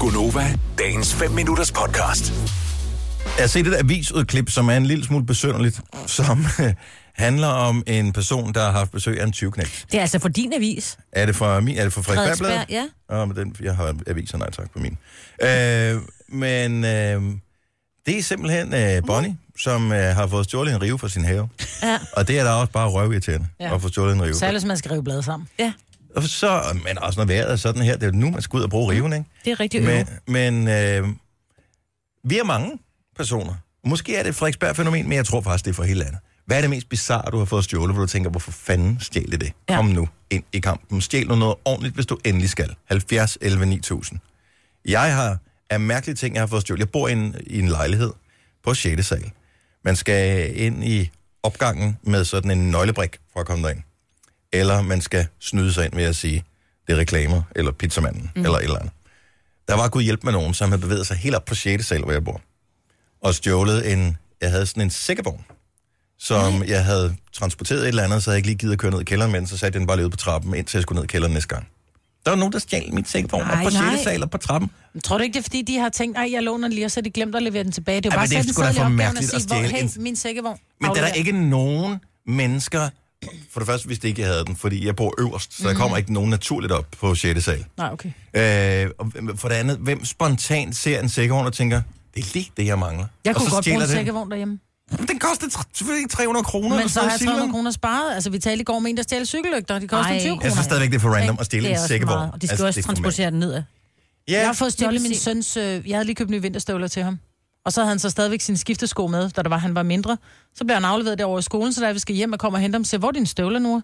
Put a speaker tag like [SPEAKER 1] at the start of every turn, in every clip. [SPEAKER 1] Gunova, dagens 5 minutters podcast.
[SPEAKER 2] Jeg har set et avisudklip, som er en lille smule besynderligt, som øh, handler om en person, der har haft besøg af en 20 -knægt.
[SPEAKER 3] Det er altså for din avis.
[SPEAKER 2] Er det fra min? Er det fra Frederik
[SPEAKER 3] Frederiksberg,
[SPEAKER 2] Fabler? Ja. men den, jeg har aviser, nej tak på min. Øh, men øh, det er simpelthen øh, Bonnie, som øh, har fået stjålet en rive fra sin have.
[SPEAKER 3] Ja.
[SPEAKER 2] Og det er da også bare røvirriterende ja.
[SPEAKER 4] Ja.
[SPEAKER 2] at få stjålet en rive.
[SPEAKER 4] Særligt, hvis man skal rive blade sammen.
[SPEAKER 3] Ja,
[SPEAKER 2] Og så, men også når vejret er sådan her, det er jo nu, man skal ud og bruge riven, ikke?
[SPEAKER 3] det er rigtig
[SPEAKER 2] Men,
[SPEAKER 3] øvrigt.
[SPEAKER 2] men øh, vi er mange personer. Måske er det et Frederiksberg-fænomen, men jeg tror faktisk, det er for hele landet. Hvad er det mest bizarre, du har fået stjålet, hvor du tænker, hvorfor fanden stjæl det det? Ja.
[SPEAKER 3] Ja.
[SPEAKER 2] Kom nu ind i kampen. Stjæl nu noget ordentligt, hvis du endelig skal. 70 11 9000. Jeg har af mærkelige ting, jeg har fået stjålet. Jeg bor i en, i en lejlighed på 6. sal. Man skal ind i opgangen med sådan en nøglebrik for at komme derind. Eller man skal snyde sig ind ved at sige, det er reklamer, eller pizzamanden, mm. eller et eller andet. Der var gået hjælp med nogen, som havde bevæget sig helt op på 6. sal, hvor jeg bor. Og stjålet en... Jeg havde sådan en sækkevogn, som Nej. jeg havde transporteret et eller andet, så havde jeg ikke lige givet at køre ned i kælderen, men så satte jeg den bare lige ud på trappen, indtil jeg skulle ned i kælderen næste gang. Der var nogen, der stjal min sækkevogn op
[SPEAKER 4] Nej,
[SPEAKER 2] på 6.
[SPEAKER 4] nej.
[SPEAKER 2] sal og på trappen.
[SPEAKER 4] Men tror du ikke, det er fordi, de har tænkt, at jeg låner den lige, og så har de glemt at levere den tilbage? Det
[SPEAKER 2] Ej,
[SPEAKER 4] er jo bare
[SPEAKER 2] men det er
[SPEAKER 4] at
[SPEAKER 2] sgu da for
[SPEAKER 4] sætte en seddel i opgaven og
[SPEAKER 2] mærkeligt altså, at
[SPEAKER 4] sige, hvor,
[SPEAKER 2] stjæle en-
[SPEAKER 4] hey, min sækkevogn.
[SPEAKER 2] Men der er
[SPEAKER 4] aflever.
[SPEAKER 2] der ikke nogen mennesker... For det første vidste jeg ikke, jeg havde den, fordi jeg bor øverst, så der
[SPEAKER 4] Mhm.
[SPEAKER 2] kommer ikke nogen naturligt op på 6. sal.
[SPEAKER 4] Nej, okay.
[SPEAKER 2] Øh, og hvem- for det andet, hvem spontant ser en sækkevogn og tænker, det er lige det, jeg mangler.
[SPEAKER 4] Jeg
[SPEAKER 2] og
[SPEAKER 4] kunne
[SPEAKER 2] så
[SPEAKER 4] godt bruge
[SPEAKER 2] stjæler
[SPEAKER 4] en
[SPEAKER 2] den.
[SPEAKER 4] sækkevogn derhjemme.
[SPEAKER 2] Den koster tr- selvfølgelig 300 kroner. eller
[SPEAKER 4] Men så
[SPEAKER 2] sådan
[SPEAKER 4] har
[SPEAKER 2] noget,
[SPEAKER 4] jeg 300
[SPEAKER 2] Silvan.
[SPEAKER 4] kroner sparet. Altså, vi talte i går med en, der stjal cykellygter. De koster
[SPEAKER 3] Ej.
[SPEAKER 4] 20
[SPEAKER 2] Jeg
[SPEAKER 4] kroner.
[SPEAKER 2] synes stadigvæk, det er for random at stille
[SPEAKER 3] det er
[SPEAKER 2] en
[SPEAKER 3] også
[SPEAKER 2] sækkevogn.
[SPEAKER 3] meget. Og de skal altså, også
[SPEAKER 2] det er for
[SPEAKER 3] transportere den nedad.
[SPEAKER 2] mærkeligt. Ja,
[SPEAKER 4] Jeg har fået stjålet min
[SPEAKER 3] Præcis.
[SPEAKER 4] søns... Øh, jeg havde lige købt nye vinterstøvler til ham. Og så havde han så stadigvæk sin skiftesko med, da der var, han var mindre. Så blev han afleveret derovre i skolen, så da vi skal hjem og kommer og henter ham, siger, hvor er dine støvler nu?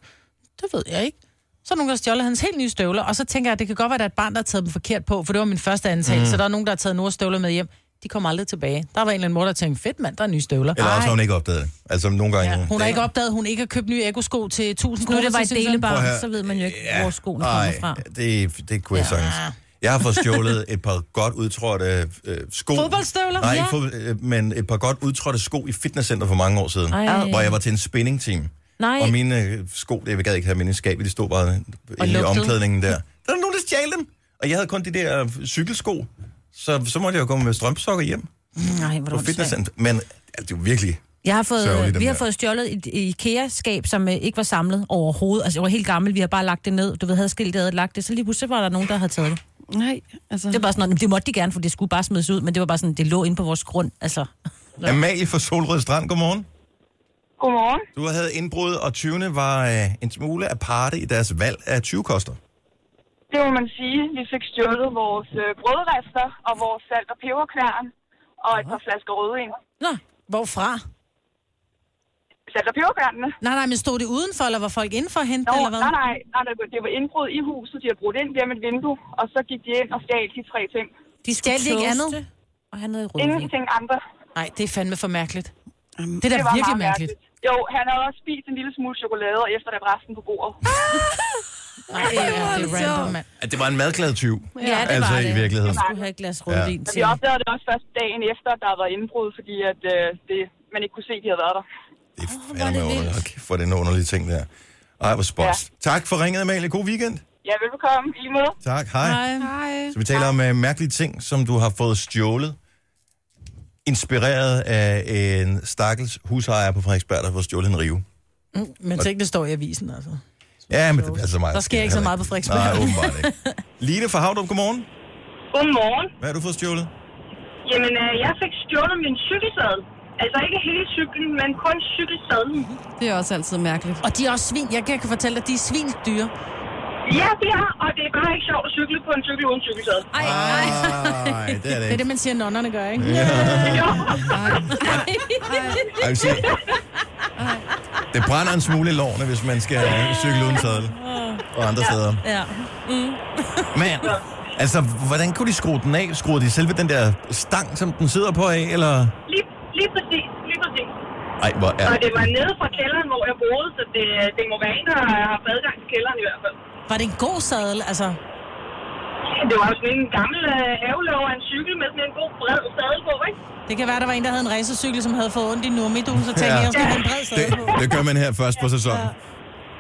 [SPEAKER 4] Det ved jeg ikke. Så er der nogen, der stjålet hans helt nye støvler, og så tænker jeg, at det kan godt være, at der er et barn, der har taget dem forkert på, for det var min første antagelse. Mm. Så der er nogen, der har taget Noras støvler med hjem. De kommer aldrig tilbage. Der var en eller anden mor, der tænkte, fedt mand, der er nye støvler.
[SPEAKER 2] eller også har
[SPEAKER 4] Ej.
[SPEAKER 2] hun ikke opdaget det. Altså nogle gange...
[SPEAKER 4] Hun har ikke opdaget, at hun ikke har købt nye ekosko til 1000
[SPEAKER 3] Nu
[SPEAKER 4] kroner.
[SPEAKER 3] er det bare
[SPEAKER 4] til
[SPEAKER 3] et
[SPEAKER 4] sin søn.
[SPEAKER 2] Prøv at
[SPEAKER 3] delebarn,
[SPEAKER 2] høre.
[SPEAKER 3] så ved man jo ikke, hvor skoene
[SPEAKER 2] ej,
[SPEAKER 3] kommer fra.
[SPEAKER 2] Det, det kunne jeg ja. sagtens. Jeg har fået stjålet et par godt udtrådte øh, sko.
[SPEAKER 4] Fodboldstøvler?
[SPEAKER 2] Nej,
[SPEAKER 4] Ja.
[SPEAKER 2] ikke fodbold, øh, men et par godt udtrådte sko i fitnesscenter for mange år siden.
[SPEAKER 3] Ej.
[SPEAKER 2] Hvor jeg var til en spinningteam.
[SPEAKER 3] Nej.
[SPEAKER 2] Og mine øh, sko, det jeg gad ikke have mine i skabet, de stod bare i
[SPEAKER 4] lugtede.
[SPEAKER 2] omklædningen der. Der var nogen, der stjal dem. Og jeg havde kun de der øh, cykelsko. Så, så måtte jeg jo gå med strømsokker hjem
[SPEAKER 3] Nej, hvor er
[SPEAKER 2] på
[SPEAKER 3] det åndssvagt.
[SPEAKER 2] fitnesscenter. Men altså, det er jo virkelig
[SPEAKER 3] Jeg har
[SPEAKER 2] Sørgelig,
[SPEAKER 3] fået,
[SPEAKER 2] dem
[SPEAKER 3] vi har
[SPEAKER 2] der.
[SPEAKER 3] fået stjålet et IKEA-skab, som øh, ikke var samlet overhovedet. Altså, jeg var helt gammel, vi har bare lagt det ned. Du ved, havde skilt det, havde lagt det. Så lige pludselig var der nogen, der havde taget det.
[SPEAKER 5] Nej, altså...
[SPEAKER 3] Det var bare sådan, noget, det måtte de gerne, for det skulle bare smides ud. Men det var bare sådan, det lå inde på vores grund. Altså,
[SPEAKER 2] Amalie fra Solrød Strand, godmorgen.
[SPEAKER 6] Godmorgen.
[SPEAKER 2] Du havde indbrud, og 20. var øh, en smule aparte i deres valg af 20-koster.
[SPEAKER 6] Det må man sige. Vi fik stjålet vores øh, brødrester og vores salt- og peberknæren og et par flasker rødvin.
[SPEAKER 4] Nå, hvorfra?
[SPEAKER 6] Salt- og peberknærene?
[SPEAKER 4] Nej, nej, men stod det udenfor, eller var folk indenfor at hente
[SPEAKER 6] Nå,
[SPEAKER 4] det, eller hvad?
[SPEAKER 6] nej, nej, nej, nej, det var indbrud i huset. De har brudt ind gennem et vindue, og så gik de ind og stjal de tre ting.
[SPEAKER 3] de
[SPEAKER 4] Stjal de ikke andet?
[SPEAKER 3] Og han havde rødvin.
[SPEAKER 6] Ingenting andre.
[SPEAKER 4] Nej, det er fandme for mærkeligt.
[SPEAKER 5] Jamen,
[SPEAKER 4] det er da
[SPEAKER 6] Det var
[SPEAKER 4] virkelig
[SPEAKER 6] meget
[SPEAKER 4] mærkeligt.
[SPEAKER 6] Jo, han havde også spist en lille smule chokolade og efter det resten på bordet.
[SPEAKER 4] Ah, Nej, ja, det er random, mand.
[SPEAKER 2] At det var en madglad 20.
[SPEAKER 3] Ja, det
[SPEAKER 2] altså
[SPEAKER 3] var
[SPEAKER 2] i
[SPEAKER 3] det.
[SPEAKER 2] virkeligheden.
[SPEAKER 3] skulle have et glas rødvin
[SPEAKER 6] Men
[SPEAKER 3] til.
[SPEAKER 6] vi opdagede det også først dagen efter, at der var indbrud, fordi at, øh, det, man ikke kunne se, at de havde været der.
[SPEAKER 2] Det er fandme underligt. Hold kæft, hvor er det en underlig ting, der. Ej, hvor spøjst. Ja. Tak for ringet, Amalie. God weekend.
[SPEAKER 6] Ja, velbekomme. I lige måde.
[SPEAKER 2] Tak, hej.
[SPEAKER 5] Hej.
[SPEAKER 2] Så vi taler om uh, mærkelige ting, som du har fået stjålet. Inspireret af en stakkels husejer på Frederiksberg, der har fået stjålet en rive.
[SPEAKER 4] Men tænk, det står i avisen, altså.
[SPEAKER 2] Ja, men det passer meget.
[SPEAKER 4] Der sker ikke så meget på Frederiksberg.
[SPEAKER 2] Nej, åbenbart ikke. Line fra Havdrup, godmorgen.
[SPEAKER 6] Godmorgen.
[SPEAKER 2] Hvad har du fået stjålet?
[SPEAKER 6] Jamen, øh, jeg fik stjålet min cykelsadel. Altså ikke hele cyklen, men kun cykelsadlen.
[SPEAKER 5] Det er også altid mærkeligt.
[SPEAKER 4] Og de er også svin. Jeg kan kan fortælle dig, at de er svinsdyre.
[SPEAKER 6] Ja, det er, og det er bare ikke sjovt at cykle på en cykel uden cykelsadel.
[SPEAKER 2] Ej, nej. det er det
[SPEAKER 4] Det er det,
[SPEAKER 2] ikke.
[SPEAKER 4] man siger, nonnerne gør, ikke?
[SPEAKER 2] Ej, jeg vil sige, det brænder en smule i lårene, hvis man skal øh, cykle uden sadel og andre steder.
[SPEAKER 3] Ja.
[SPEAKER 4] Mm.
[SPEAKER 2] Men, altså, hvordan kunne de skrue den af? Skruede de selve den der stang, som den sidder på af, eller?
[SPEAKER 6] Lige, lige præcis, lige præcis.
[SPEAKER 2] Ej, hvor er
[SPEAKER 6] Og det var nede fra kælderen, hvor jeg boede, så det, det må være en, der har haft adgang til kælderen i hvert fald.
[SPEAKER 4] Var det en god sadel, altså?
[SPEAKER 6] Det var jo sådan en gammel øh, havelov af en cykel med sådan en god bred sadel på, ikke?
[SPEAKER 4] Det kan være, der var en, der havde en racercykel, som havde fået ondt i nummi, du, så tænkte
[SPEAKER 2] Ja.
[SPEAKER 4] jeg, jeg skal have en bred sadel på.
[SPEAKER 2] det, det gør man her først på sæsonen.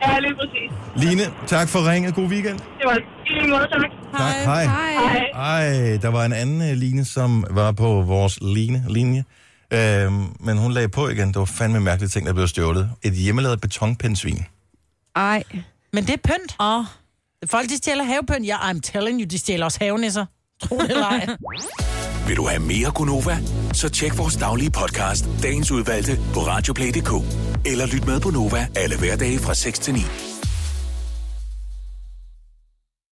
[SPEAKER 6] Ja, lige præcis.
[SPEAKER 2] Line, tak for ringet. God weekend.
[SPEAKER 6] Det var i I lige måde, tak.
[SPEAKER 2] Tak, hej.
[SPEAKER 5] Hej.
[SPEAKER 2] Ej, der var en anden øh, Line, som var på vores line, linje. Øhm, men hun lagde på igen. Det var fandme mærkelige ting, der blev stjålet. Et hjemmelavet betonpindsvin.
[SPEAKER 5] Ej.
[SPEAKER 4] Men det er pynt.
[SPEAKER 3] Åh,
[SPEAKER 4] Folk, de stjæler havepynt. Ja, I'm telling you, de stjæler også havenisser. Tro det eller ej.
[SPEAKER 1] Vil du have mere Gunova? Så tjek vores daglige podcast, dagens udvalgte, på radioplay.dk. Eller lyt med på Nova alle hverdage fra 6 til 9.